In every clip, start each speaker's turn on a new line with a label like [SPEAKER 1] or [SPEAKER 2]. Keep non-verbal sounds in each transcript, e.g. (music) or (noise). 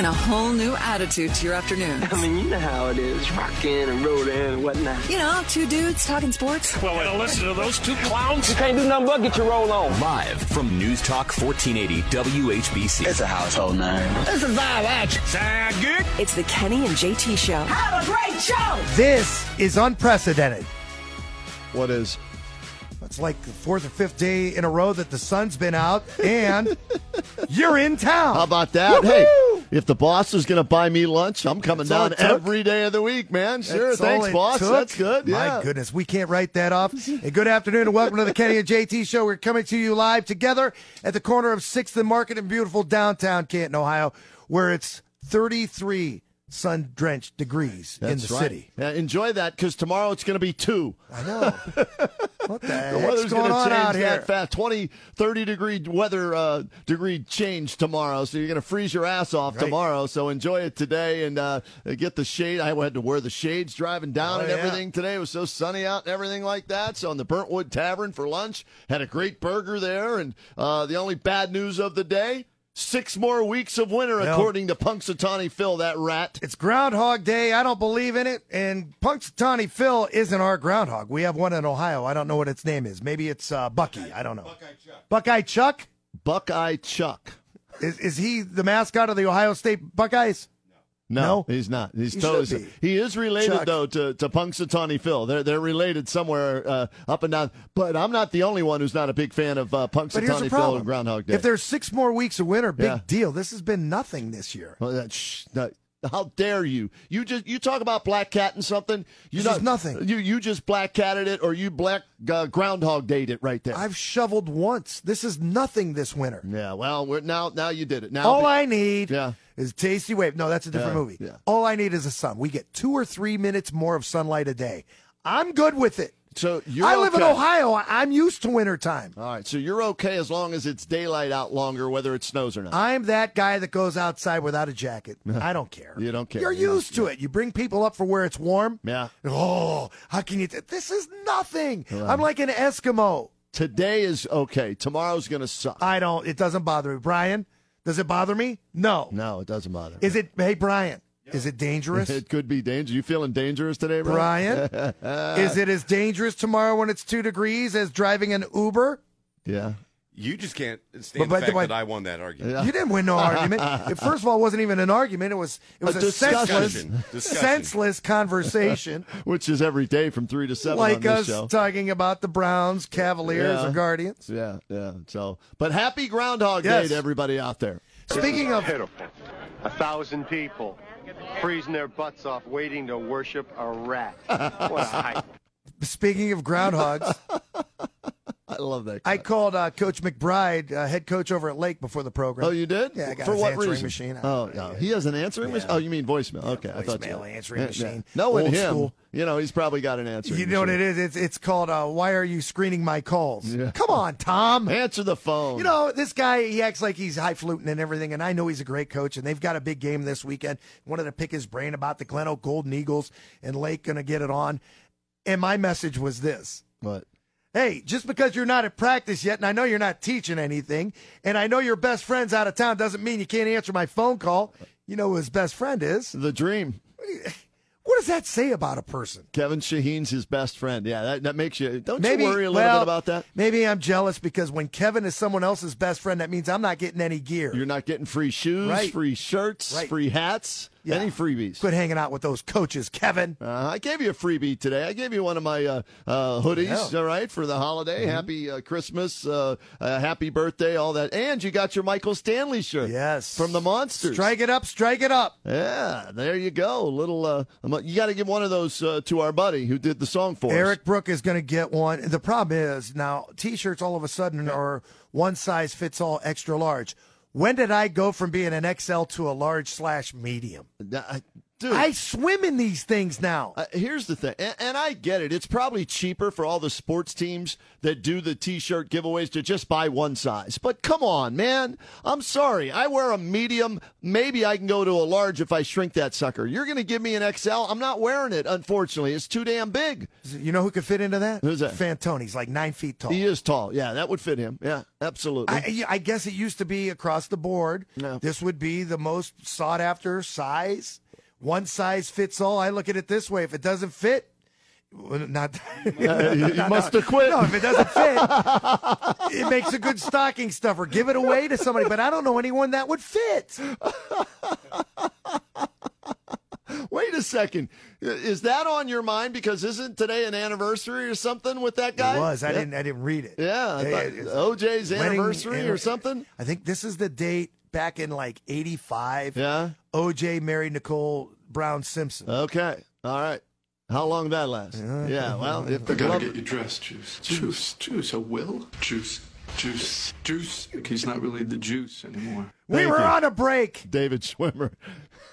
[SPEAKER 1] And a whole new attitude to your afternoon.
[SPEAKER 2] (laughs) I mean, you know how it is, rockin' and rollin' and whatnot.
[SPEAKER 1] You know, two dudes talking sports.
[SPEAKER 3] Well, wait, listen to those two clowns.
[SPEAKER 2] You can't do nothing but get your roll on.
[SPEAKER 4] Live from News Talk 1480 WHBC.
[SPEAKER 2] It's a household name.
[SPEAKER 3] This is live action. Sound good?
[SPEAKER 1] It's the Kenny and JT show.
[SPEAKER 5] Have a great show.
[SPEAKER 6] This is unprecedented.
[SPEAKER 7] What is?
[SPEAKER 6] It's like the fourth or fifth day in a row that the sun's been out and you're in town.
[SPEAKER 7] How about that?
[SPEAKER 6] Woo-hoo!
[SPEAKER 7] Hey, if the boss is going to buy me lunch, I'm coming
[SPEAKER 6] That's all
[SPEAKER 7] down
[SPEAKER 6] it took.
[SPEAKER 7] every day of the week, man. Sure,
[SPEAKER 6] That's all
[SPEAKER 7] thanks,
[SPEAKER 6] it
[SPEAKER 7] boss.
[SPEAKER 6] took.
[SPEAKER 7] That's good. Yeah.
[SPEAKER 6] My goodness, we can't write that off. (laughs) And good afternoon and welcome to the Kenny and JT show. We're coming to you live together at the corner of 6th and Market in beautiful downtown Canton, Ohio, where it's 33 sun-drenched degrees in
[SPEAKER 7] That's
[SPEAKER 6] the
[SPEAKER 7] right.
[SPEAKER 6] city.
[SPEAKER 7] Yeah, enjoy that because tomorrow it's going to be two.
[SPEAKER 6] I
[SPEAKER 7] (laughs)
[SPEAKER 6] know. what the,
[SPEAKER 7] The
[SPEAKER 6] heck's
[SPEAKER 7] weather's
[SPEAKER 6] going
[SPEAKER 7] to
[SPEAKER 6] on
[SPEAKER 7] change
[SPEAKER 6] out
[SPEAKER 7] that
[SPEAKER 6] here?
[SPEAKER 7] fast. 20, 30 degree weather uh, degree change tomorrow. So you're going to freeze your ass off
[SPEAKER 6] Right.
[SPEAKER 7] tomorrow. So enjoy it today and uh, get the shade. I had to wear the shades driving down
[SPEAKER 6] Oh,
[SPEAKER 7] and
[SPEAKER 6] yeah.
[SPEAKER 7] everything today. It was so sunny out and everything like that. So on the Burntwood Tavern for lunch, had a great burger there. And uh, the only bad news of the day. Six more weeks of winter,
[SPEAKER 6] Well-
[SPEAKER 7] according to Punxsutawney Phil, that rat.
[SPEAKER 6] It's Groundhog Day. I don't believe in it. And Punxsutawney Phil isn't our groundhog. We have one in Ohio. I don't know what its name is. Maybe it's uh, Bucky. I don't know. Buckeye Chuck. Buckeye Chuck?
[SPEAKER 7] Buckeye Chuck.
[SPEAKER 6] Is, is he the mascot of the Ohio State Buckeyes?
[SPEAKER 7] No,
[SPEAKER 6] No?
[SPEAKER 7] he's not. He's
[SPEAKER 6] He
[SPEAKER 7] totally.
[SPEAKER 6] should be.
[SPEAKER 7] He is related
[SPEAKER 6] Chuck.
[SPEAKER 7] though to to Punxsutawney Phil. They're they're related somewhere uh, up and down. But I'm not the only one who's not a big fan of uh,
[SPEAKER 6] But here's the
[SPEAKER 7] Punxsutawney Phil
[SPEAKER 6] problem.
[SPEAKER 7] and Groundhog Day.
[SPEAKER 6] If there's six more weeks of winter, big
[SPEAKER 7] Yeah. Oh,
[SPEAKER 6] deal. This has been nothing this year.
[SPEAKER 7] Well, that- shh, that- how dare you? You just you talk about black cat and something. You
[SPEAKER 6] This
[SPEAKER 7] not-
[SPEAKER 6] is nothing.
[SPEAKER 7] You you just black catted it or you black uh, Groundhog Dayed it right there.
[SPEAKER 6] I've shoveled once. This is nothing this winter.
[SPEAKER 7] yeah. Well, we're now now you did it. Now
[SPEAKER 6] All
[SPEAKER 7] be-
[SPEAKER 6] I need
[SPEAKER 7] Yeah.
[SPEAKER 6] is tasty wave. No, that's a different
[SPEAKER 7] Yeah,
[SPEAKER 6] movie.
[SPEAKER 7] yeah.
[SPEAKER 6] All I need is the sun. We get two or three minutes more of sunlight a day. I'm good with it.
[SPEAKER 7] so you're
[SPEAKER 6] I live in
[SPEAKER 7] okay.
[SPEAKER 6] Ohio. I- I'm used to wintertime.
[SPEAKER 7] All right, so you're okay as long as it's daylight out longer, whether it snows or not.
[SPEAKER 6] I'm that guy that goes outside without a
[SPEAKER 7] (laughs)
[SPEAKER 6] jacket. I don't care.
[SPEAKER 7] You don't care.
[SPEAKER 6] You're
[SPEAKER 7] You don't-
[SPEAKER 6] used to it. You bring people up for where it's warm.
[SPEAKER 7] yeah.
[SPEAKER 6] Oh, how can you? T- this is nothing. I'm like an Eskimo.
[SPEAKER 7] Today is okay. Tomorrow's going to suck.
[SPEAKER 6] I don't. It doesn't bother me. Brian, does it bother me? No.
[SPEAKER 7] No, it doesn't bother.
[SPEAKER 6] Is it? Hey, Brian, is it dangerous?
[SPEAKER 7] (laughs) It could be dangerous. You feeling dangerous today, bro? (laughs)
[SPEAKER 6] Brian, is it as dangerous tomorrow when it's two degrees as driving an Uber?
[SPEAKER 7] Yeah.
[SPEAKER 8] You just can't stand
[SPEAKER 6] But- but
[SPEAKER 8] the fact
[SPEAKER 6] why-
[SPEAKER 8] that I won that argument.
[SPEAKER 7] Yeah.
[SPEAKER 6] (laughs) You didn't win no argument. It- First of all, it wasn't even an argument. It was it was a, senseless,
[SPEAKER 8] discussion. Discussion.
[SPEAKER 6] senseless conversation.
[SPEAKER 7] (laughs) Which is every day from three to (laughs) seven on
[SPEAKER 6] like
[SPEAKER 7] this
[SPEAKER 6] us
[SPEAKER 7] show.
[SPEAKER 6] talking about the Browns, Cavaliers,
[SPEAKER 7] Yeah.
[SPEAKER 6] or Guardians.
[SPEAKER 7] yeah, yeah. So, but happy Groundhog Day
[SPEAKER 6] Yes.
[SPEAKER 7] to everybody out there.
[SPEAKER 6] Speaking of
[SPEAKER 9] pitiful. A thousand people freezing their butts off waiting to worship a
[SPEAKER 7] (laughs)
[SPEAKER 9] rat. What a hype.
[SPEAKER 6] speaking of groundhogs,
[SPEAKER 7] I love that.
[SPEAKER 6] I called uh, Coach McBride, uh, head coach over at Lake, before the program.
[SPEAKER 7] oh, you did?
[SPEAKER 6] Yeah, I got
[SPEAKER 7] For
[SPEAKER 6] his
[SPEAKER 7] what
[SPEAKER 6] answering
[SPEAKER 7] reason?
[SPEAKER 6] machine. I-
[SPEAKER 7] Oh, yeah. He has an answering machine. Oh, you mean voicemail? okay, I thought
[SPEAKER 6] voicemail
[SPEAKER 7] you.
[SPEAKER 6] answering
[SPEAKER 7] Yeah,
[SPEAKER 6] machine.
[SPEAKER 7] Yeah. Knowing
[SPEAKER 6] Old
[SPEAKER 7] him,
[SPEAKER 6] school.
[SPEAKER 7] you know he's probably got an answering.
[SPEAKER 6] You know what it
[SPEAKER 7] machine.
[SPEAKER 6] is? It's it's called uh, "Why Are You Screening My Calls?"
[SPEAKER 7] Yeah.
[SPEAKER 6] Come
[SPEAKER 7] (laughs)
[SPEAKER 6] on, Tom.
[SPEAKER 7] Answer the phone.
[SPEAKER 6] You know, this guy, he acts like he's highfalutin and everything, and I know he's a great coach, and they've got a big game this weekend. Wanted to pick his brain about the Glen Oak Golden Eagles, and Lake going to get it on. And my message was this.
[SPEAKER 7] what?
[SPEAKER 6] Hey, just because you're not at practice yet, and I know you're not teaching anything, and I know your best friend's out of town, doesn't mean you can't answer my phone call. You know who his best friend is.
[SPEAKER 7] The dream.
[SPEAKER 6] What does that say about a person?
[SPEAKER 7] Kevin Shaheen's his best friend. Yeah, that, that makes you. Don't
[SPEAKER 6] Maybe
[SPEAKER 7] you worry a little
[SPEAKER 6] well,
[SPEAKER 7] bit about that?
[SPEAKER 6] Maybe I'm jealous because when Kevin is someone else's best friend, that means I'm not getting any gear.
[SPEAKER 7] You're not getting free shoes,
[SPEAKER 6] Right.
[SPEAKER 7] free shirts,
[SPEAKER 6] Right.
[SPEAKER 7] free hats,
[SPEAKER 6] Yeah.
[SPEAKER 7] any freebies.
[SPEAKER 6] Quit hanging out with those coaches, Kevin.
[SPEAKER 7] Uh, I gave you a freebie today. I gave you one of my uh, uh, hoodies,
[SPEAKER 6] Yeah. Mm-hmm.
[SPEAKER 7] all right, for the holiday. Happy uh, Christmas, uh, uh, happy birthday, all that. And you got your Michael Stanley shirt.
[SPEAKER 6] Yes.
[SPEAKER 7] From the Monsters.
[SPEAKER 6] Strike it up, strike it up.
[SPEAKER 7] Yeah, there you go. Little, uh, you got to give one of those uh, to our buddy who did the song for us.
[SPEAKER 6] Eric Brook is going to get one. The problem is now t shirts all of a sudden are one size fits all extra large. When did I go from being an XL to a large slash medium?
[SPEAKER 7] Dude,
[SPEAKER 6] I swim in these things now.
[SPEAKER 7] Uh, here's the thing, and, and I get it. It's probably cheaper for all the sports teams that do the T-shirt giveaways to just buy one size. But come on, man. I'm sorry. I wear a medium. Maybe I can go to a large if I shrink that sucker. You're going to give me an XL. I'm not wearing it. Unfortunately, it's too damn big.
[SPEAKER 6] You know who could fit into that?
[SPEAKER 7] Who's that?
[SPEAKER 6] Fantoni's like nine feet tall.
[SPEAKER 7] He is tall. Yeah, that would fit him. Yeah, absolutely.
[SPEAKER 6] I, I- I guess it used to be across the board. This would be the most sought after size. One size fits all. I look at it this way: if it doesn't fit, well, not. (laughs)
[SPEAKER 7] Uh, you must have quit.
[SPEAKER 6] No, if it doesn't fit, it makes a good stocking stuffer. Give it away to somebody, but I don't know anyone that would fit.
[SPEAKER 7] Wait a second. Is that on your mind? Because isn't today an anniversary or something with that guy?
[SPEAKER 6] It was. I
[SPEAKER 7] Yeah.
[SPEAKER 6] didn't. I didn't read it.
[SPEAKER 7] Yeah, I
[SPEAKER 6] They-
[SPEAKER 7] thought
[SPEAKER 6] it's-
[SPEAKER 7] OJ's
[SPEAKER 6] wedding
[SPEAKER 7] anniversary or
[SPEAKER 6] anniver-
[SPEAKER 7] something.
[SPEAKER 6] I think this is the date back in like '85.
[SPEAKER 7] Yeah. Uh,
[SPEAKER 6] OJ married Nicole Brown Simpson.
[SPEAKER 7] Okay. All right. How long that last? Yeah. Well, if the glove,
[SPEAKER 5] you dressed, Juice. Juice, Juice, a will? Juice, Juice, Juice. He's not really the juice anymore.
[SPEAKER 6] we
[SPEAKER 7] Thank
[SPEAKER 6] were
[SPEAKER 7] you.
[SPEAKER 6] on a break.
[SPEAKER 7] David Schwimmer,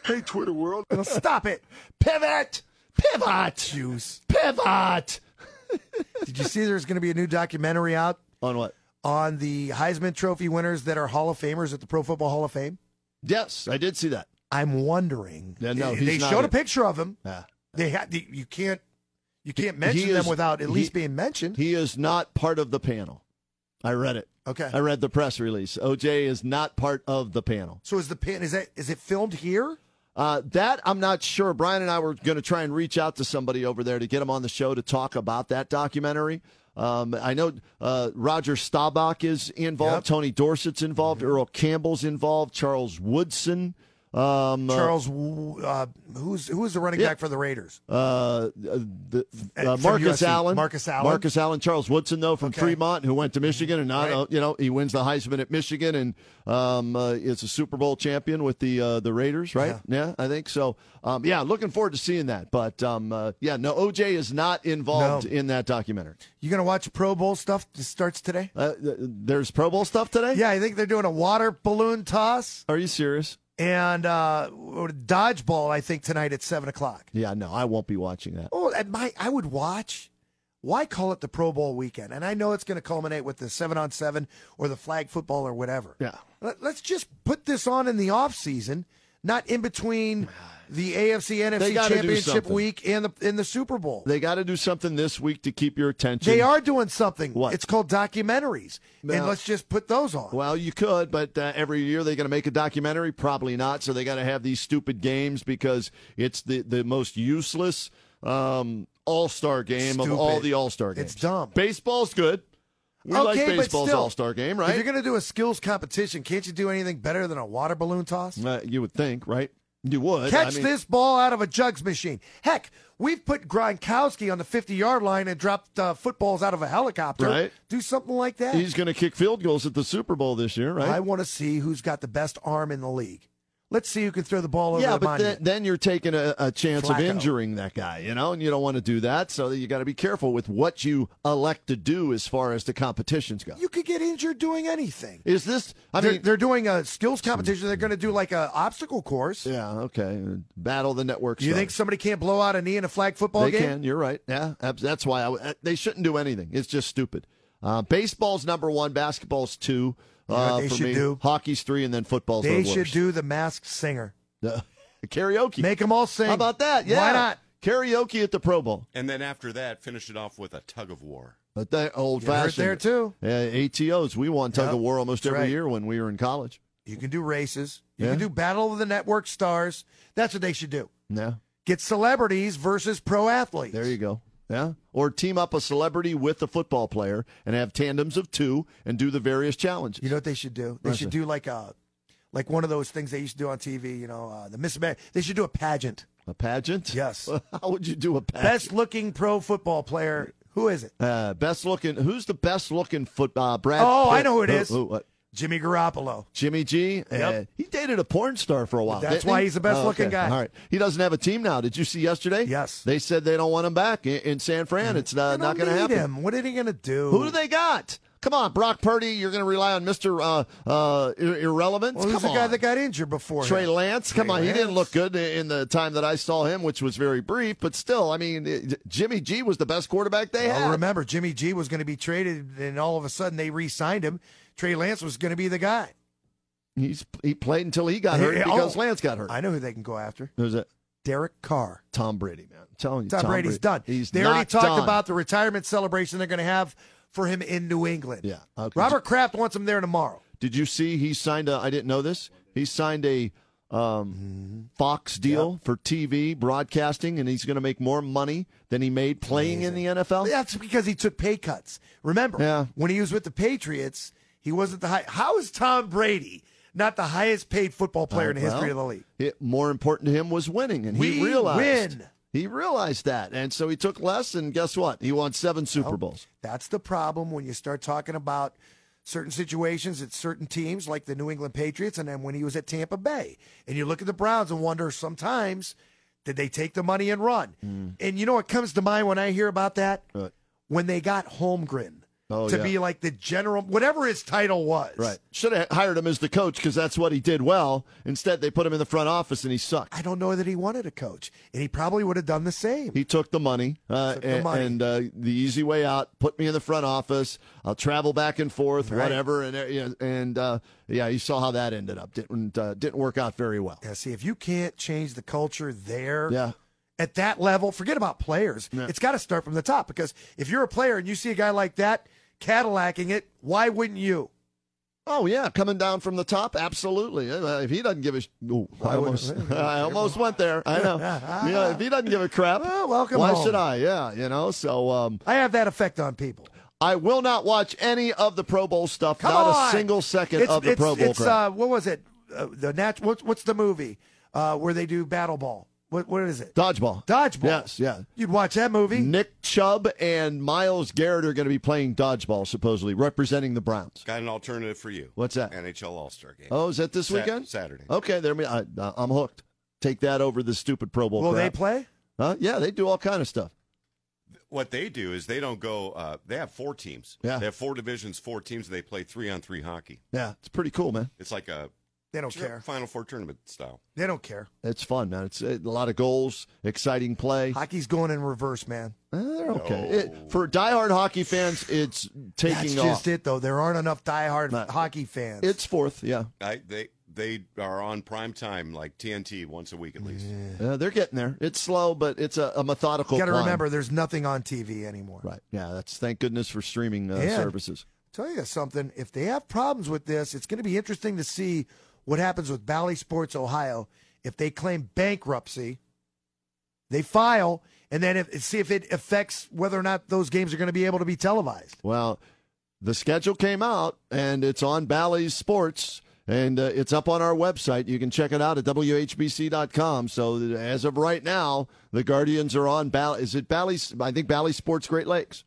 [SPEAKER 5] Hey, Twitter world.
[SPEAKER 6] Well, Stop it.
[SPEAKER 7] pivot, pivot,
[SPEAKER 6] Juice.
[SPEAKER 7] pivot.
[SPEAKER 6] (laughs) Did you see there's going to be a new documentary out
[SPEAKER 7] On what?
[SPEAKER 6] on the Heisman Trophy winners that are Hall of Famers at the Pro Football Hall of Fame?
[SPEAKER 7] Yes, I did see that.
[SPEAKER 6] I'm wondering.
[SPEAKER 7] Yeah, no,
[SPEAKER 6] they
[SPEAKER 7] he's not
[SPEAKER 6] showed
[SPEAKER 7] in-
[SPEAKER 6] a picture of him.
[SPEAKER 7] Yeah.
[SPEAKER 6] They had the, you can't you can't mention
[SPEAKER 7] is-
[SPEAKER 6] them without at
[SPEAKER 7] he-
[SPEAKER 6] least being mentioned.
[SPEAKER 7] He is not part of the panel. I read it.
[SPEAKER 6] okay.
[SPEAKER 7] I read the press release. OJ is not part of the panel.
[SPEAKER 6] So is the pin is that is it filmed here?
[SPEAKER 7] Uh, that I'm not sure. Brian and I were going to try and reach out to somebody over there to get him on the show to talk about that documentary. Um, I know uh, Roger Staubach is involved.
[SPEAKER 6] Yep.
[SPEAKER 7] Tony Dorsett's involved. Earl Campbell's involved. Charles Woodson. Um, uh,
[SPEAKER 6] Charles, Wu- uh, who's who's the running
[SPEAKER 7] Yeah.
[SPEAKER 6] back for the Raiders?
[SPEAKER 7] uh, the, uh,
[SPEAKER 6] From
[SPEAKER 7] Marcus
[SPEAKER 6] USC,
[SPEAKER 7] Allen,
[SPEAKER 6] Marcus Allen.
[SPEAKER 7] Marcus Allen, Charles Woodson though from
[SPEAKER 6] Okay.
[SPEAKER 7] Fremont, who went to Michigan and not,
[SPEAKER 6] Right.
[SPEAKER 7] uh, you know, he wins the Heisman at Michigan and um, uh, is a Super Bowl champion with the uh, the Raiders, right? Yeah, I think so. Um, yeah, looking forward to seeing that. But um, uh, yeah, no, OJ is not involved
[SPEAKER 6] No.
[SPEAKER 7] in that documentary.
[SPEAKER 6] You gonna watch Pro Bowl stuff? This starts today.
[SPEAKER 7] Uh, th- there's Pro Bowl stuff today.
[SPEAKER 6] Yeah, I think they're doing a water balloon toss
[SPEAKER 7] are you serious?
[SPEAKER 6] and uh, dodgeball. I think tonight at seven o'clock.
[SPEAKER 7] Yeah, no, I won't be watching that.
[SPEAKER 6] Oh, and my, I would watch. Why call it the Pro Bowl weekend? And I know it's going to culminate with the seven on seven or the flag football or whatever.
[SPEAKER 7] Yeah.
[SPEAKER 6] Let, let's just put this on in the off season, not
[SPEAKER 7] (sighs)
[SPEAKER 6] in between the AFC
[SPEAKER 7] They
[SPEAKER 6] NFC
[SPEAKER 7] gotta do
[SPEAKER 6] Championship
[SPEAKER 7] something.
[SPEAKER 6] week and the in the Super Bowl.
[SPEAKER 7] They got to do something this week to keep your attention.
[SPEAKER 6] They are doing something.
[SPEAKER 7] What?
[SPEAKER 6] It's called documentaries.
[SPEAKER 7] Now-
[SPEAKER 6] and let's just put those on.
[SPEAKER 7] Well, you could, but uh, every year they're going to make a documentary? Probably not. So they got to have these stupid games because it's the, the most useless um, all star game
[SPEAKER 6] Stupid.
[SPEAKER 7] of all the all star games.
[SPEAKER 6] It's dumb.
[SPEAKER 7] Baseball's good. We like
[SPEAKER 6] but
[SPEAKER 7] baseball's
[SPEAKER 6] still,
[SPEAKER 7] all star game,
[SPEAKER 6] If
[SPEAKER 7] right?
[SPEAKER 6] you're going to do a skills competition, can't you do anything better than a water balloon toss?
[SPEAKER 7] uh, you would think, right? You would. I
[SPEAKER 6] Catch
[SPEAKER 7] mean,
[SPEAKER 6] this ball out of a jugs machine. Heck, we've put Gronkowski on the 50 yard line and dropped uh, footballs out of a helicopter.
[SPEAKER 7] Right.
[SPEAKER 6] Do something like that.
[SPEAKER 7] He's going to kick field goals at the Super Bowl this year, right?
[SPEAKER 6] I want to see who's got the best arm in the league. Let's see who can throw the ball over
[SPEAKER 7] yeah,
[SPEAKER 6] the
[SPEAKER 7] but then,
[SPEAKER 6] monument.
[SPEAKER 7] then you're taking a, a chance of
[SPEAKER 6] Flacco.
[SPEAKER 7] injuring that guy, you know, and you don't want to do that. So you got to be careful with what you elect to do as far as the competitions go.
[SPEAKER 6] you could get injured doing anything.
[SPEAKER 7] Is this? I
[SPEAKER 6] they're,
[SPEAKER 7] mean,
[SPEAKER 6] they're doing a skills competition. They're going to do like a obstacle course.
[SPEAKER 7] yeah, okay. Battle the network.
[SPEAKER 6] You
[SPEAKER 7] stars.
[SPEAKER 6] think somebody can't blow out a knee in a flag football
[SPEAKER 7] they
[SPEAKER 6] game?
[SPEAKER 7] can? You're right. Yeah, ab- that's why I w- uh, they shouldn't do anything. It's just stupid. Uh, baseball's number one, basketball's two.
[SPEAKER 6] know what
[SPEAKER 7] Uh,
[SPEAKER 6] they
[SPEAKER 7] for
[SPEAKER 6] should
[SPEAKER 7] me,
[SPEAKER 6] do?
[SPEAKER 7] hockey's three, and then football's
[SPEAKER 6] They
[SPEAKER 7] the (laughs)
[SPEAKER 6] should
[SPEAKER 7] worst.
[SPEAKER 6] do the masked singer.
[SPEAKER 7] Uh, karaoke.
[SPEAKER 6] Make them all sing.
[SPEAKER 7] How about that? Yeah,
[SPEAKER 6] Why not?
[SPEAKER 7] karaoke at the Pro Bowl?
[SPEAKER 8] And then after that, finish it off with a tug of war.
[SPEAKER 7] But they old
[SPEAKER 6] You heard it
[SPEAKER 7] fashioned
[SPEAKER 6] there too.
[SPEAKER 7] Yeah, ATOs. We won tug
[SPEAKER 6] Yep,
[SPEAKER 7] of war almost
[SPEAKER 6] that's
[SPEAKER 7] every
[SPEAKER 6] right.
[SPEAKER 7] year when we were in college.
[SPEAKER 6] You can do races. You
[SPEAKER 7] Yeah.
[SPEAKER 6] can do Battle of the Network Stars. That's what they should do.
[SPEAKER 7] Yeah,
[SPEAKER 6] Get celebrities versus pro athletes.
[SPEAKER 7] There you go. Yeah. Or team up a celebrity with a football player and have tandems of two and do the various challenges.
[SPEAKER 6] You know what they should do? They should do like a, like one of those things they used to do on TV. You know, uh, the Miss America. They should do a pageant.
[SPEAKER 7] a pageant?
[SPEAKER 6] Yes.
[SPEAKER 7] (laughs) How would you do a pageant?
[SPEAKER 6] Best looking pro football player. Who is it?
[SPEAKER 7] uh, best looking. Who's the best looking football? Uh, Brad.
[SPEAKER 6] Oh, I
[SPEAKER 7] Pitt.
[SPEAKER 6] know who it is.
[SPEAKER 7] what?
[SPEAKER 6] Jimmy Garoppolo.
[SPEAKER 7] Jimmy G. Uh,
[SPEAKER 6] Yep.
[SPEAKER 7] he dated a porn star for a while.
[SPEAKER 6] That's
[SPEAKER 7] didn't
[SPEAKER 6] why
[SPEAKER 7] he?
[SPEAKER 6] he's the best
[SPEAKER 7] Oh,
[SPEAKER 6] looking
[SPEAKER 7] okay.
[SPEAKER 6] guy.
[SPEAKER 7] All right. He doesn't have a team now. Did you see yesterday?
[SPEAKER 6] Yes. Mm-hmm.
[SPEAKER 7] They said they don't want him back in, in San Fran. It's
[SPEAKER 6] They
[SPEAKER 7] uh,
[SPEAKER 6] don't
[SPEAKER 7] not going to
[SPEAKER 6] need
[SPEAKER 7] happen.
[SPEAKER 6] Him. What are they going to do?
[SPEAKER 7] Who do they got? Come on, Brock Purdy, you're going to rely on Mr. Uh, uh, ir- Irrelevance?
[SPEAKER 6] Well, who's
[SPEAKER 7] Come
[SPEAKER 6] the
[SPEAKER 7] on.
[SPEAKER 6] guy that got injured before?
[SPEAKER 7] Trey
[SPEAKER 6] him?
[SPEAKER 7] Lance, come
[SPEAKER 6] Trey
[SPEAKER 7] on, he
[SPEAKER 6] Lance.
[SPEAKER 7] didn't look good in the time that I saw him, which was very brief. But still, I mean, it- Jimmy G was the best quarterback they
[SPEAKER 6] Well,
[SPEAKER 7] had.
[SPEAKER 6] remember, Jimmy G was going to be traded, and all of a sudden they re-signed him. Trey Lance was going to be the guy.
[SPEAKER 7] He's he played until he got hurt
[SPEAKER 6] Yeah,
[SPEAKER 7] because
[SPEAKER 6] oh.
[SPEAKER 7] Lance got hurt.
[SPEAKER 6] I know who they can go after.
[SPEAKER 7] There's a
[SPEAKER 6] Derek Carr.
[SPEAKER 7] Tom Brady, man. I'm telling you,
[SPEAKER 6] Tom, Brady's
[SPEAKER 7] Brady.
[SPEAKER 6] done.
[SPEAKER 7] He's
[SPEAKER 6] they already
[SPEAKER 7] not
[SPEAKER 6] talked
[SPEAKER 7] done.
[SPEAKER 6] about the retirement celebration they're going to have for him in New England.
[SPEAKER 7] Yeah. Okay.
[SPEAKER 6] Robert Kraft wants him there tomorrow.
[SPEAKER 7] Did you see he signed a? I didn't know this. He signed a
[SPEAKER 6] Mm-hmm.
[SPEAKER 7] um, Fox deal for TV broadcasting, and he's going to make more money than he made playing in the NFL.
[SPEAKER 6] That's because he took pay cuts. Remember,
[SPEAKER 7] Yeah.
[SPEAKER 6] when he was with the Patriots, he wasn't the high. How is Tom Brady not the highest paid football player in the
[SPEAKER 7] Uh, Well,
[SPEAKER 6] history of the league?
[SPEAKER 7] It, more important to him was winning, and he
[SPEAKER 6] We
[SPEAKER 7] realized
[SPEAKER 6] win.
[SPEAKER 7] he realized that, and so he took less. And guess what? He won seven Super Bowls.
[SPEAKER 6] That's the problem when you start talking about certain situations at certain teams, like the New England Patriots, and then when he was at Tampa Bay. And you look at the Browns and wonder sometimes, did they take the money and run?
[SPEAKER 7] Mm.
[SPEAKER 6] And you know what comes to mind when I hear about that?
[SPEAKER 7] Right.
[SPEAKER 6] When they got Holmgren
[SPEAKER 7] Oh,
[SPEAKER 6] to
[SPEAKER 7] yeah.
[SPEAKER 6] be like the general, whatever his title was.
[SPEAKER 7] Right. Should have hired him as the coach because that's what he did well. Instead, they put him in the front office, and he sucked.
[SPEAKER 6] I don't know that he wanted a coach, and he probably would have done the same.
[SPEAKER 7] He took the money, uh,
[SPEAKER 6] Took the
[SPEAKER 7] and,
[SPEAKER 6] money.
[SPEAKER 7] and, uh, the easy way out. Put me in the front office. I'll travel back and forth,
[SPEAKER 6] Right.
[SPEAKER 7] whatever. And uh, you know, and uh, yeah, you saw how that ended up. Didn't uh, didn't work out very well.
[SPEAKER 6] Yeah, see, if you can't change the culture there,
[SPEAKER 7] Yeah.
[SPEAKER 6] at that level, forget about players. It's got to start from the top because if you're a player and you see a guy like that Cadillacing it, why wouldn't you?
[SPEAKER 7] Oh yeah, coming down from the top, absolutely. Uh, If he doesn't give a, sh- Ooh, I
[SPEAKER 6] would-
[SPEAKER 7] almost, (laughs) I almost went there. I know. Yeah, if he doesn't give a crap,
[SPEAKER 6] (laughs) Well, welcome
[SPEAKER 7] Why
[SPEAKER 6] home.
[SPEAKER 7] should I? Yeah, you know. So um,
[SPEAKER 6] I have that effect on people.
[SPEAKER 7] I will not watch any of the Pro Bowl stuff.
[SPEAKER 6] Come
[SPEAKER 7] not
[SPEAKER 6] on!
[SPEAKER 7] a single second
[SPEAKER 6] It's-
[SPEAKER 7] of the
[SPEAKER 6] it's-
[SPEAKER 7] Pro Bowl.
[SPEAKER 6] It's
[SPEAKER 7] crap.
[SPEAKER 6] uh, what was it? Uh, the nat- what's, what's the movie uh, where they do battle ball? What what is it?
[SPEAKER 7] Dodgeball.
[SPEAKER 6] uh, Dodgeball.
[SPEAKER 7] Yes, yeah.
[SPEAKER 6] You'd watch that movie.
[SPEAKER 7] Nick Chubb and Miles Garrett are going to be playing dodgeball, supposedly representing the Browns.
[SPEAKER 8] Got an alternative for you.
[SPEAKER 7] What's that?
[SPEAKER 8] NHL All Star game.
[SPEAKER 7] Oh, is that this
[SPEAKER 8] Sat-
[SPEAKER 7] weekend? Oh.
[SPEAKER 8] Saturday.
[SPEAKER 7] Okay, there. we- I, uh, I'm hooked. Take that over the stupid Pro Bowl.
[SPEAKER 6] Will
[SPEAKER 7] crap.
[SPEAKER 6] they play?
[SPEAKER 7] Huh? Yeah, they do all kind of stuff.
[SPEAKER 8] What they do is they don't go. Uh, they have four teams.
[SPEAKER 7] Yeah.
[SPEAKER 8] They have four divisions, four teams, and they play three on three hockey.
[SPEAKER 7] Yeah, it's pretty cool, man.
[SPEAKER 8] It's like a
[SPEAKER 6] They don't
[SPEAKER 8] tur-
[SPEAKER 6] care.
[SPEAKER 8] Final Four tournament style.
[SPEAKER 6] They don't care.
[SPEAKER 7] It's fun, man. It's uh, a lot of goals, exciting play.
[SPEAKER 6] Hockey's going in reverse, man.
[SPEAKER 7] Uh, they're okay.
[SPEAKER 8] No.
[SPEAKER 7] It- for diehard hockey fans, it's taking
[SPEAKER 6] That's
[SPEAKER 7] off.
[SPEAKER 6] just it, though. There aren't enough diehard
[SPEAKER 7] Not-
[SPEAKER 6] hockey fans.
[SPEAKER 7] It's fourth, yeah.
[SPEAKER 8] I, they they are on prime time like TNT once a week at least.
[SPEAKER 7] Uh, they're getting there. It's slow, but it's a, a methodical.
[SPEAKER 6] you got to
[SPEAKER 7] climb.
[SPEAKER 6] remember, there's nothing on TV anymore.
[SPEAKER 7] Right. Yeah, that's thank goodness for streaming uh,
[SPEAKER 6] And-
[SPEAKER 7] services.
[SPEAKER 6] Tell you something. If they have problems with this, it's going to be interesting to see what happens with Bally Sports Ohio if they claim bankruptcy. They file and then if, see if it affects whether or not those games are going to be able to be televised.
[SPEAKER 7] Well, the schedule came out, and it's on Bally's Sports, and uh, it's up on our website. You can check it out at whbc.com. So th- as of right now, the Guardians are on Bally. Is it Bally's? I think Bally Sports Great Lakes.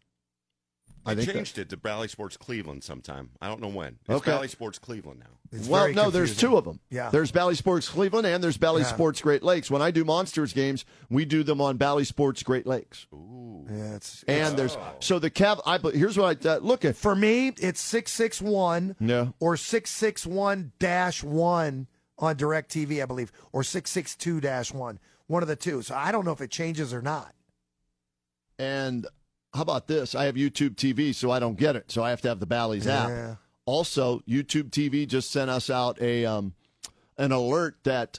[SPEAKER 8] I
[SPEAKER 7] think
[SPEAKER 8] changed it to Bally Sports Cleveland sometime. I don't know when. It's
[SPEAKER 7] Okay.
[SPEAKER 8] Bally Sports Cleveland now.
[SPEAKER 6] It's
[SPEAKER 7] well,
[SPEAKER 6] very
[SPEAKER 7] no, there's
[SPEAKER 6] confusing.
[SPEAKER 7] two of them.
[SPEAKER 6] Yeah.
[SPEAKER 7] There's Bally Sports Cleveland and there's Bally
[SPEAKER 6] Yeah.
[SPEAKER 7] Sports Great Lakes. When I do Monsters games, we do them on Bally Sports Great Lakes.
[SPEAKER 6] Yeah, it's,
[SPEAKER 7] And there's
[SPEAKER 6] Oh.
[SPEAKER 7] so the Cav. I but here's what I uh, look at.
[SPEAKER 6] for me, it's 661
[SPEAKER 7] Yeah.
[SPEAKER 6] or 661 1 on DirecTV, I believe, or 662 1, one of the two. So I don't know if it changes or not.
[SPEAKER 7] And how about this? I have YouTube TV, so I don't get it. So I have to have the Bally's
[SPEAKER 6] Yeah.
[SPEAKER 7] app. Also, YouTube TV just sent us out a um, an alert that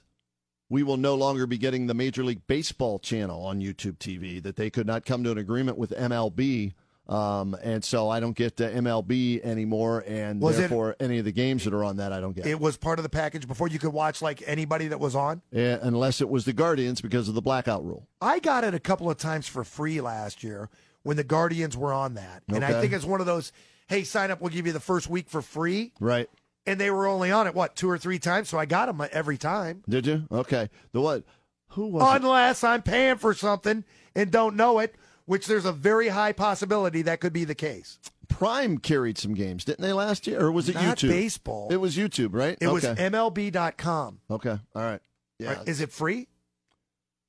[SPEAKER 7] we will no longer be getting the Major League Baseball channel on YouTube TV. That they could not come to an agreement with MLB. Um, and so I don't get the MLB anymore, and
[SPEAKER 6] Was it-
[SPEAKER 7] therefore any of the games that are on that I don't get,
[SPEAKER 6] It was part of the package before you could watch like anybody that was on.
[SPEAKER 7] Eh, unless it was the Guardians because of the blackout rule.
[SPEAKER 6] I got it a couple of times for free last year when the Guardians were on that. And I
[SPEAKER 7] Okay.
[SPEAKER 6] think it's one of those, hey, sign up, we'll give you the first week for free.
[SPEAKER 7] Right?
[SPEAKER 6] And they were only on it, what, two or three times? So I got them every time.
[SPEAKER 7] Did you? Okay. The what? Who
[SPEAKER 6] Oh,
[SPEAKER 7] was it?
[SPEAKER 6] Unless I'm paying for something and don't know it, which there's a very high possibility that could be the case.
[SPEAKER 7] Prime carried some games, didn't they last year? Or was it
[SPEAKER 6] Not
[SPEAKER 7] YouTube?
[SPEAKER 6] baseball.
[SPEAKER 7] It was YouTube, right?
[SPEAKER 6] It
[SPEAKER 7] okay.
[SPEAKER 6] was MLB.com.
[SPEAKER 7] okay. All right. Yeah.
[SPEAKER 6] Right? Is it free?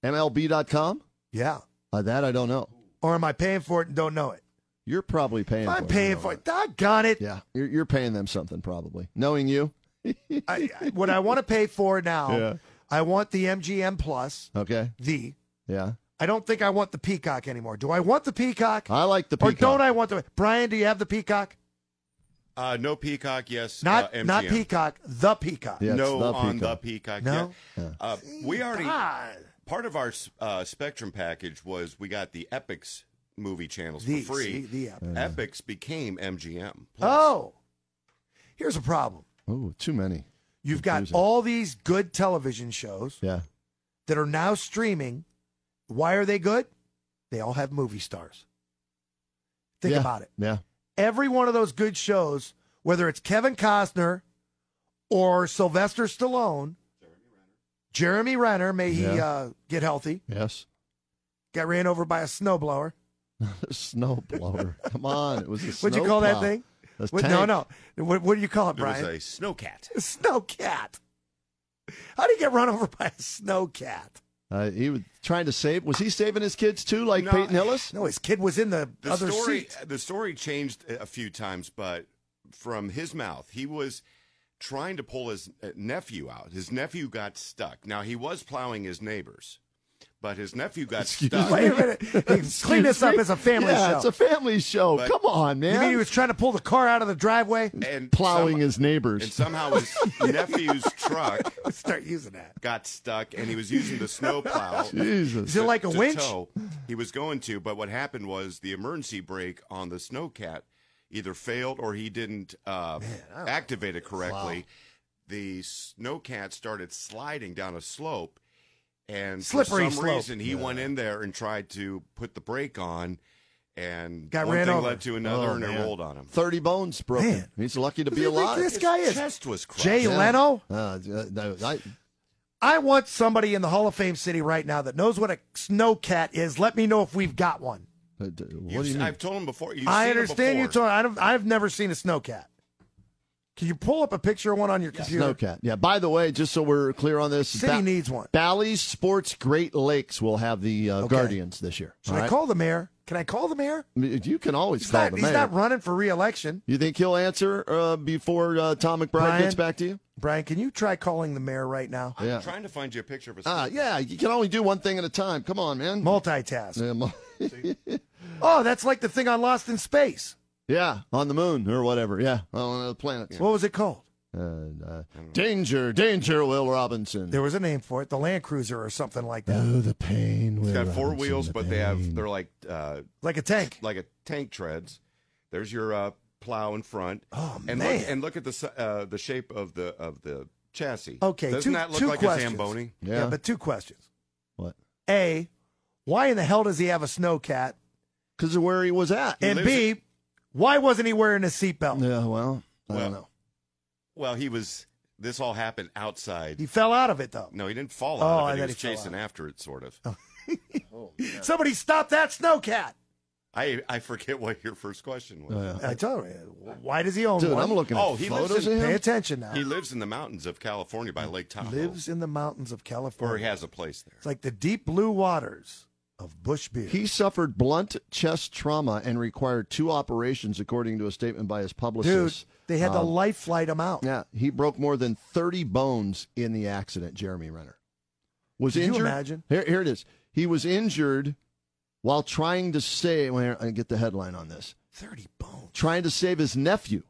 [SPEAKER 7] MLB.com?
[SPEAKER 6] Yeah.
[SPEAKER 7] Uh, that I don't know.
[SPEAKER 6] Or am I paying for it and don't know it?
[SPEAKER 7] You're probably paying.
[SPEAKER 6] I'm
[SPEAKER 7] for
[SPEAKER 6] paying for it. Doggone it!
[SPEAKER 7] Yeah, you're, you're paying them something probably. Knowing you,
[SPEAKER 6] I, I- what I want to pay for now,
[SPEAKER 7] Yeah.
[SPEAKER 6] I want the MGM Plus.
[SPEAKER 7] okay?
[SPEAKER 6] The
[SPEAKER 7] Yeah,
[SPEAKER 6] I don't think I want the Peacock anymore. Do I want the Peacock?
[SPEAKER 7] I like the
[SPEAKER 6] Or
[SPEAKER 7] peacock.
[SPEAKER 6] don't I want the Brian? Do you have the Peacock?
[SPEAKER 8] Uh, no Peacock, yes.
[SPEAKER 6] Not
[SPEAKER 8] uh,
[SPEAKER 6] not
[SPEAKER 8] MGM.
[SPEAKER 6] Peacock. The Peacock.
[SPEAKER 7] Yeah, it's
[SPEAKER 8] no
[SPEAKER 7] the
[SPEAKER 8] on
[SPEAKER 7] Peacock.
[SPEAKER 8] the Peacock.
[SPEAKER 6] No?
[SPEAKER 8] yeah. Uh, we already
[SPEAKER 6] God.
[SPEAKER 8] part of our uh, Spectrum package was we got the Epics movie channels
[SPEAKER 6] The-
[SPEAKER 8] for free.
[SPEAKER 6] see, the Epics.
[SPEAKER 8] Epics became MGM.
[SPEAKER 6] Oh, here's a problem.
[SPEAKER 7] Oh, too many.
[SPEAKER 6] You've got
[SPEAKER 7] Confusing.
[SPEAKER 6] all these good television shows
[SPEAKER 7] Yeah,
[SPEAKER 6] that are now streaming. Why are they good? They all have movie stars. Think
[SPEAKER 7] Yeah.
[SPEAKER 6] about it.
[SPEAKER 7] Yeah,
[SPEAKER 6] Every one of those good shows, whether it's Kevin Costner or Sylvester Stallone, Jeremy Renner, may he
[SPEAKER 7] Yeah.
[SPEAKER 6] uh, get healthy,
[SPEAKER 7] yes. (laughs)
[SPEAKER 6] got ran over by a snowblower.
[SPEAKER 7] Snowblower. Come on, it was a.
[SPEAKER 6] (laughs) What'd you call that
[SPEAKER 7] snowplow.
[SPEAKER 6] thing?
[SPEAKER 7] A
[SPEAKER 6] What- no,
[SPEAKER 7] tank.
[SPEAKER 6] no. What, what do you call it,
[SPEAKER 8] It was
[SPEAKER 6] Brian?
[SPEAKER 8] a snowcat.
[SPEAKER 6] (laughs) snow cat. How do you get run over by a snow cat?
[SPEAKER 7] Uh, he was trying to save. Was he saving his kids too, like
[SPEAKER 8] No.
[SPEAKER 7] Peyton Hillis?
[SPEAKER 6] No, his kid was in the,
[SPEAKER 8] The
[SPEAKER 6] other
[SPEAKER 8] story
[SPEAKER 6] seat.
[SPEAKER 8] the story changed a few times, but from his mouth, he was trying to pull his uh, nephew out. His nephew got stuck. Now he was plowing his neighbors, but his nephew got stuck.
[SPEAKER 6] Wait a minute.
[SPEAKER 7] (laughs)
[SPEAKER 6] Clean this up. It's a family
[SPEAKER 7] yeah,
[SPEAKER 6] show.
[SPEAKER 7] it's a family show.
[SPEAKER 8] But-
[SPEAKER 7] Come on, man.
[SPEAKER 6] you mean he was trying to pull the car out of the driveway?
[SPEAKER 8] (laughs) And
[SPEAKER 7] plowing
[SPEAKER 8] some-
[SPEAKER 7] his neighbors?
[SPEAKER 8] And
[SPEAKER 6] (laughs)
[SPEAKER 8] somehow his nephew's truck
[SPEAKER 6] Start using that.
[SPEAKER 8] got stuck, and he was using the snowplow.
[SPEAKER 7] Jesus.
[SPEAKER 6] Is it like a
[SPEAKER 8] to
[SPEAKER 6] winch?
[SPEAKER 8] tow. He was going to, but what happened was the emergency brake on the snowcat either failed or he didn't uh, activate it correctly. The snowcat started sliding down a slope, and
[SPEAKER 6] Slippery
[SPEAKER 8] for some
[SPEAKER 6] slope.
[SPEAKER 8] reason he went in there and tried to put the brake on, and
[SPEAKER 6] Got
[SPEAKER 8] one
[SPEAKER 6] ran
[SPEAKER 8] thing
[SPEAKER 6] over.
[SPEAKER 8] led to another,
[SPEAKER 7] Oh,
[SPEAKER 8] and
[SPEAKER 7] man.
[SPEAKER 8] it rolled on him.
[SPEAKER 7] Thirty bones broken.
[SPEAKER 6] Man.
[SPEAKER 7] He's lucky to
[SPEAKER 6] Who
[SPEAKER 7] be
[SPEAKER 6] do you think
[SPEAKER 7] alive.
[SPEAKER 6] This guy
[SPEAKER 8] His
[SPEAKER 6] is
[SPEAKER 8] chest was crushed.
[SPEAKER 6] Jay
[SPEAKER 7] Yeah.
[SPEAKER 6] Leno.
[SPEAKER 7] Uh, uh, no, I-
[SPEAKER 6] I want somebody in the Hall of Fame city right now that knows what a snow cat is. Let me know if we've got one.
[SPEAKER 7] uh, d- what
[SPEAKER 8] You've
[SPEAKER 7] do you
[SPEAKER 8] se-
[SPEAKER 7] mean?
[SPEAKER 8] I've told him before. You've
[SPEAKER 6] I
[SPEAKER 8] seen him
[SPEAKER 6] understand you,
[SPEAKER 8] before.
[SPEAKER 6] Tony. I don't- I've never seen a snow cat. Can you pull up a picture of one on your computer?
[SPEAKER 7] Snowcat. Yeah. By the way, just so we're clear on this,
[SPEAKER 6] City needs one.
[SPEAKER 7] Bally's Sports Great Lakes will have the uh,
[SPEAKER 6] Okay.
[SPEAKER 7] Guardians this year.
[SPEAKER 6] Should
[SPEAKER 7] all
[SPEAKER 6] I
[SPEAKER 7] right?
[SPEAKER 6] call the mayor? Can I call the mayor?
[SPEAKER 7] I mean, You can always
[SPEAKER 6] He's,
[SPEAKER 7] call
[SPEAKER 6] not,
[SPEAKER 7] the
[SPEAKER 6] he's
[SPEAKER 7] mayor.
[SPEAKER 6] not running for reelection.
[SPEAKER 7] You think he'll answer uh, before uh, Tom McBride
[SPEAKER 6] Brian?
[SPEAKER 7] gets back to you?
[SPEAKER 6] Brian, can you try calling the mayor right now?
[SPEAKER 8] I'm
[SPEAKER 7] Yeah.
[SPEAKER 8] trying to find you a picture of a
[SPEAKER 7] Ah, yeah. You can only do one thing at a time. Come on, man.
[SPEAKER 6] Multitask.
[SPEAKER 7] Yeah, mul-
[SPEAKER 6] Oh, that's like the thing on Lost in Space.
[SPEAKER 7] (laughs) yeah, on the moon or whatever. Yeah, on another planet.
[SPEAKER 6] What was it called?
[SPEAKER 7] Uh, uh, danger, danger, Will Robinson.
[SPEAKER 6] There was a name for it, the Land Cruiser or something like that.
[SPEAKER 7] oh, the pain.
[SPEAKER 8] It's got four wheels, but they have they're like uh,
[SPEAKER 6] Like a tank.
[SPEAKER 8] like a tank treads. There's your uh, plow in front.
[SPEAKER 6] Oh,
[SPEAKER 8] and
[SPEAKER 6] man.
[SPEAKER 8] Look, and look at the si- uh, the shape of the of the chassis.
[SPEAKER 6] Okay,
[SPEAKER 8] doesn't
[SPEAKER 6] two-
[SPEAKER 8] that look
[SPEAKER 6] two
[SPEAKER 8] like
[SPEAKER 6] questions.
[SPEAKER 8] a zamboni?
[SPEAKER 7] Yeah.
[SPEAKER 6] yeah, but two questions.
[SPEAKER 7] what?
[SPEAKER 6] A, why in the hell does he have a snow cat?
[SPEAKER 7] Because of where he was at.
[SPEAKER 8] He
[SPEAKER 6] And
[SPEAKER 8] lives
[SPEAKER 6] B, why wasn't he wearing a seatbelt?
[SPEAKER 7] yeah. Well, I
[SPEAKER 8] Well,
[SPEAKER 7] don't know.
[SPEAKER 8] Well, he was. This all happened outside.
[SPEAKER 6] He fell out of it though.
[SPEAKER 8] no, he didn't fall
[SPEAKER 6] Oh,
[SPEAKER 8] out
[SPEAKER 6] I
[SPEAKER 8] of it. He
[SPEAKER 6] thought
[SPEAKER 8] was
[SPEAKER 6] he fell
[SPEAKER 8] chasing
[SPEAKER 6] out. Oh.
[SPEAKER 8] after it, sort of.
[SPEAKER 6] Somebody stop that snow cat.
[SPEAKER 8] I I forget what your first question was.
[SPEAKER 7] Oh, Yeah.
[SPEAKER 6] I told you, why does he own
[SPEAKER 7] Dude,
[SPEAKER 6] one?
[SPEAKER 7] I'm looking at
[SPEAKER 8] Oh, he lives
[SPEAKER 7] photos
[SPEAKER 8] in-
[SPEAKER 7] of
[SPEAKER 6] Pay
[SPEAKER 7] him.
[SPEAKER 6] attention now.
[SPEAKER 8] He lives in the mountains of California by Lake Tahoe,
[SPEAKER 6] lives in the mountains of California.
[SPEAKER 8] or he has a place there.
[SPEAKER 6] It's like the deep blue waters of Bush Beer.
[SPEAKER 7] He suffered blunt chest trauma and required two operations, according to a statement by his
[SPEAKER 6] Dude,
[SPEAKER 7] publicist.
[SPEAKER 6] they had to
[SPEAKER 7] Um,
[SPEAKER 6] life flight him out.
[SPEAKER 7] Yeah, he broke more than 30 bones in the accident, Jeremy Renner. Was
[SPEAKER 6] Could you
[SPEAKER 7] injured.
[SPEAKER 6] imagine?
[SPEAKER 7] Here, here it is. He was injured while trying to save, wait, I get the headline on this,
[SPEAKER 6] 30 bones.
[SPEAKER 7] trying to save his nephew.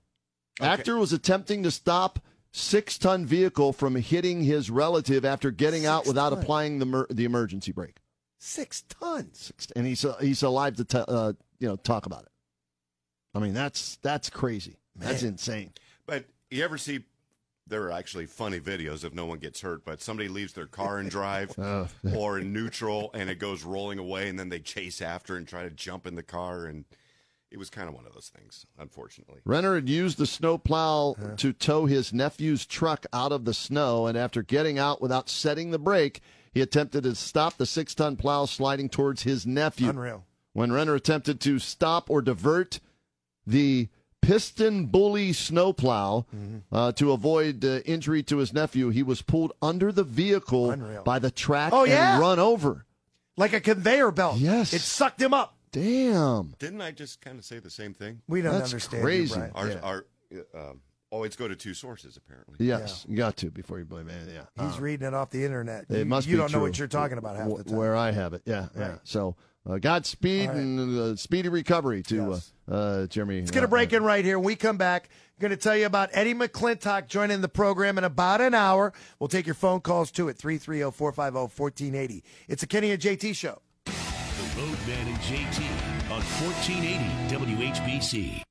[SPEAKER 8] Okay.
[SPEAKER 7] Actor was attempting to stop six ton vehicle from hitting his relative after getting out
[SPEAKER 6] Six
[SPEAKER 7] without
[SPEAKER 6] ton.
[SPEAKER 7] applying the, mer- the emergency brake.
[SPEAKER 6] Six tons.
[SPEAKER 7] Six, and he's, uh, he's alive to t- uh, you know talk about it. I mean, that's, that's crazy. That's
[SPEAKER 6] Man.
[SPEAKER 7] insane.
[SPEAKER 8] But you ever see? There are actually funny videos if no one gets hurt, but somebody leaves their car and
[SPEAKER 7] (laughs)
[SPEAKER 8] drive
[SPEAKER 7] Uh,
[SPEAKER 8] or in neutral and it goes rolling away and then they chase after and try to jump in the car and it was kind of one of those things, unfortunately.
[SPEAKER 7] Renner had used the snowplow
[SPEAKER 6] Uh-huh.
[SPEAKER 7] to tow his nephew's truck out of the snow, and after getting out without setting the brake, he attempted to stop the six ton plow sliding towards his nephew.
[SPEAKER 6] Unreal.
[SPEAKER 7] When Renner attempted to stop or divert the piston bully snowplow
[SPEAKER 6] Mm-hmm.
[SPEAKER 7] uh, to avoid uh, injury to his nephew, he was pulled under the vehicle
[SPEAKER 6] Unreal.
[SPEAKER 7] by the track
[SPEAKER 6] Oh,
[SPEAKER 7] and
[SPEAKER 6] yeah.
[SPEAKER 7] run over.
[SPEAKER 6] Like a conveyor belt.
[SPEAKER 7] Yes.
[SPEAKER 6] It sucked him up.
[SPEAKER 7] Damn.
[SPEAKER 8] Didn't I just kind of say the same thing?
[SPEAKER 6] We don't
[SPEAKER 7] That's
[SPEAKER 6] understand.
[SPEAKER 7] crazy.
[SPEAKER 6] You, Brian.
[SPEAKER 8] Our,
[SPEAKER 7] Yeah.
[SPEAKER 8] our, uh, always go to two sources, apparently.
[SPEAKER 7] Yes, you got to before you blame anything. Yeah.
[SPEAKER 6] He's
[SPEAKER 7] Uh,
[SPEAKER 6] reading it off the internet.
[SPEAKER 7] It
[SPEAKER 6] you
[SPEAKER 7] must
[SPEAKER 6] you
[SPEAKER 7] be
[SPEAKER 6] don't know what
[SPEAKER 7] true.
[SPEAKER 6] you're talking about half the
[SPEAKER 7] Wh-
[SPEAKER 6] time.
[SPEAKER 7] Where I have it, yeah, yeah.
[SPEAKER 6] Right.
[SPEAKER 7] So, uh, Godspeed
[SPEAKER 6] All right.
[SPEAKER 7] and uh, speedy recovery to uh, uh, Jeremy.
[SPEAKER 6] It's going to break in right here. When we come back, I'm going to tell you about Eddie McClintock joining the program in about an hour. We'll take your phone calls too at 330 450 1480. It's a Kenny and JT show.
[SPEAKER 3] The Roadman and JT on 1480 WHBC.